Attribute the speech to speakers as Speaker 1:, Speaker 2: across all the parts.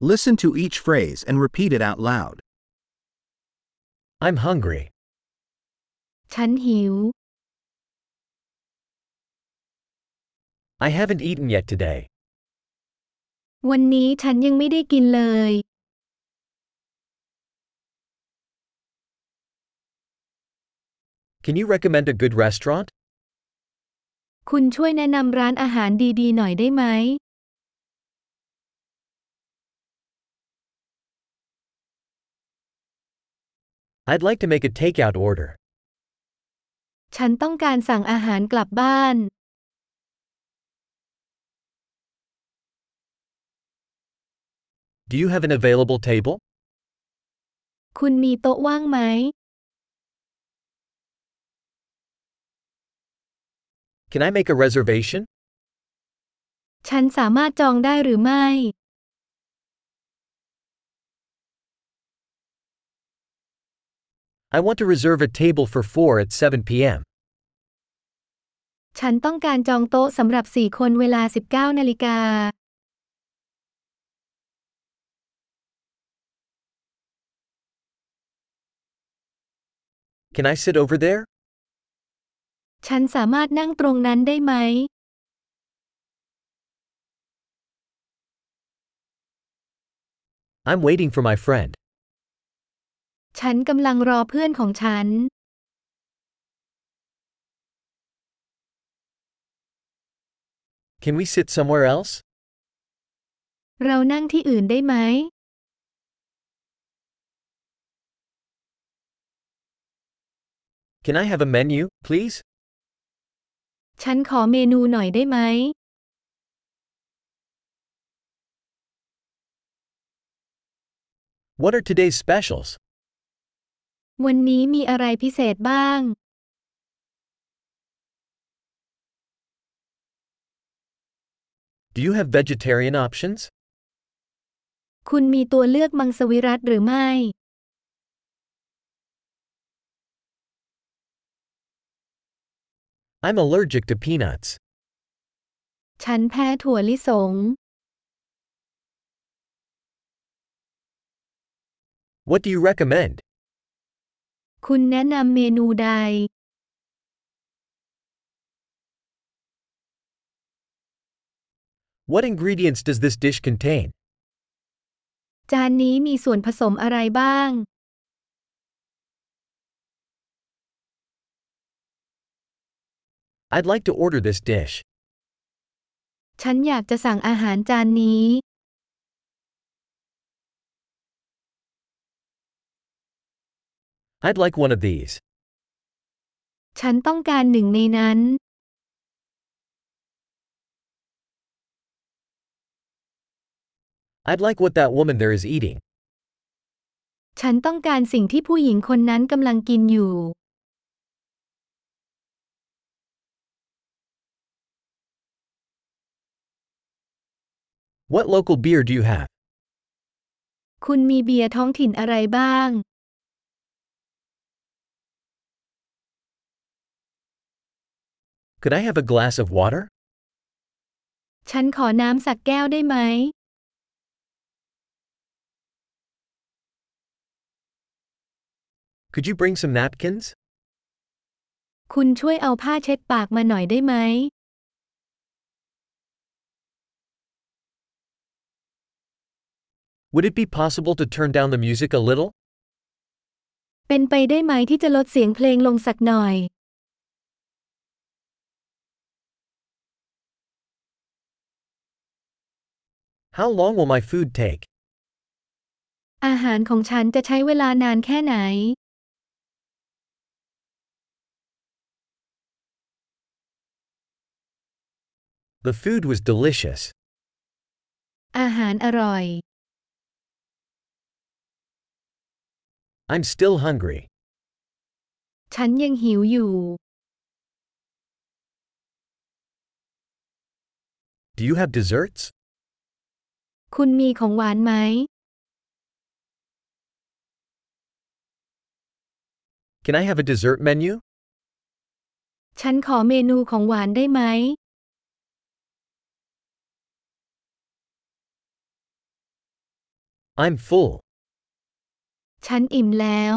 Speaker 1: Listen to each phrase and repeat it out loud.
Speaker 2: I'm hungry.
Speaker 3: ฉันหิว
Speaker 2: I haven't eaten yet today.
Speaker 3: วันนี้ฉันยังไม่ได้กินเลย
Speaker 2: Can you recommend a good restaurant?
Speaker 3: คุณช่วยแนะนำร้านอาหารดีๆ หน่อยได้ไหม
Speaker 2: I'd like to make a takeout order.
Speaker 3: ฉันต้องการสั่งอาหารกลับบ้าน
Speaker 2: Do you have an available table?
Speaker 3: คุณมีโต๊ะว่างไหม
Speaker 2: Can I make a reservation?
Speaker 3: ฉันสามารถจองได้หรือไม่
Speaker 2: I want to reserve a table for 4 at 7 p.m.
Speaker 3: ฉันต้องการจองโต๊ะสำหรับ 4 คนเวลา 19 นาฬิกา
Speaker 2: Can I sit over there?
Speaker 3: ฉันสามารถนั่งตรงนั้นได้ไหม
Speaker 2: I'm waiting for my friend.
Speaker 3: ฉันกำลังรอเพื่อนของฉัน
Speaker 2: Can we sit somewhere else?
Speaker 3: เรานั่งที่อื่นได้ไหม
Speaker 2: Can I have a menu, please?
Speaker 3: ฉันขอเมนูหน่อยได้ไหม
Speaker 2: What are today's specials?
Speaker 3: วันนี้มีอะไรพิเศษบ้าง
Speaker 2: Do you have vegetarian options?
Speaker 3: คุณมีตัวเลือกมังสวิรัตหรือไม่
Speaker 2: I'm allergic to peanuts.
Speaker 3: ฉันแพ้ถั่วลิสง
Speaker 2: What do you recommend?
Speaker 3: คุณแนะนำเมนูใด
Speaker 2: What ingredients does this dish contain?
Speaker 3: จานนี้มีส่วนผสมอะไรบ้าง
Speaker 2: I'd like to order this dish.
Speaker 3: ฉันอยากจะสั่งอาหารจานนี้
Speaker 2: I'd like one of these.
Speaker 3: ฉันต้องการหนึ่งในนั้น
Speaker 2: I'd like what that woman there is eating.
Speaker 3: ฉันต้องการสิ่งที่ผู้หญิงคนนั้นกำลังกินอยู่
Speaker 2: What local beer do you have?
Speaker 3: คุณมีเบียร์ท้องถิ่นอะไรบ้าง
Speaker 2: Could I have a glass of water?
Speaker 3: ฉันขอน้ำสักแก้วได้ไหม
Speaker 2: Could you bring some napkins?
Speaker 3: คุณช่วยเอาผ้าเช็ดปากมาหน่อยได้ไหม
Speaker 2: Would it be possible to turn down the music a little?
Speaker 3: เป็นไปได้ไหมที่จะลดเสียงเพลงลงสักหน่อย
Speaker 2: How long will my food take?
Speaker 3: อาหารของฉันจะใช้เวลานานแค่ไหน
Speaker 2: The food was delicious.
Speaker 3: อาหารอร่อย
Speaker 2: I'm still hungry.
Speaker 3: ฉันยังหิวอยู่
Speaker 2: Do you have desserts?
Speaker 3: คุณมีของหวานไหม
Speaker 2: Can I have a dessert menu?
Speaker 3: ฉันขอเมนูของหวานได้ไหม
Speaker 2: I'm full.
Speaker 3: ฉันอิ่มแล้ว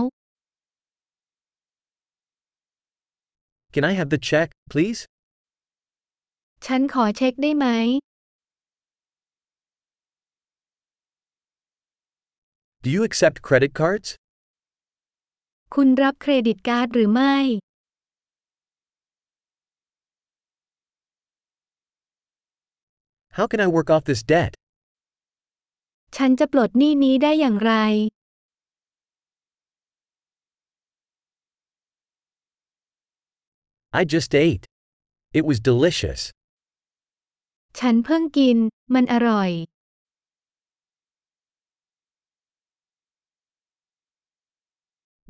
Speaker 2: Can I have the check, please?
Speaker 3: ฉันขอเช็คได้ไหม
Speaker 2: Do you accept credit cards?
Speaker 3: คุณรับเครดิตการ์ดหรือไม่
Speaker 2: How can I work off this debt?
Speaker 3: ฉันจะปลดหนี้นี้ได้อย่างไร
Speaker 2: I just ate. It was delicious.
Speaker 3: ฉันเพิ่งกิน มันอร่อย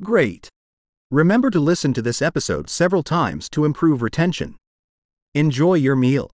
Speaker 1: Great. Remember to listen to this episode several times to improve retention. Enjoy your meal.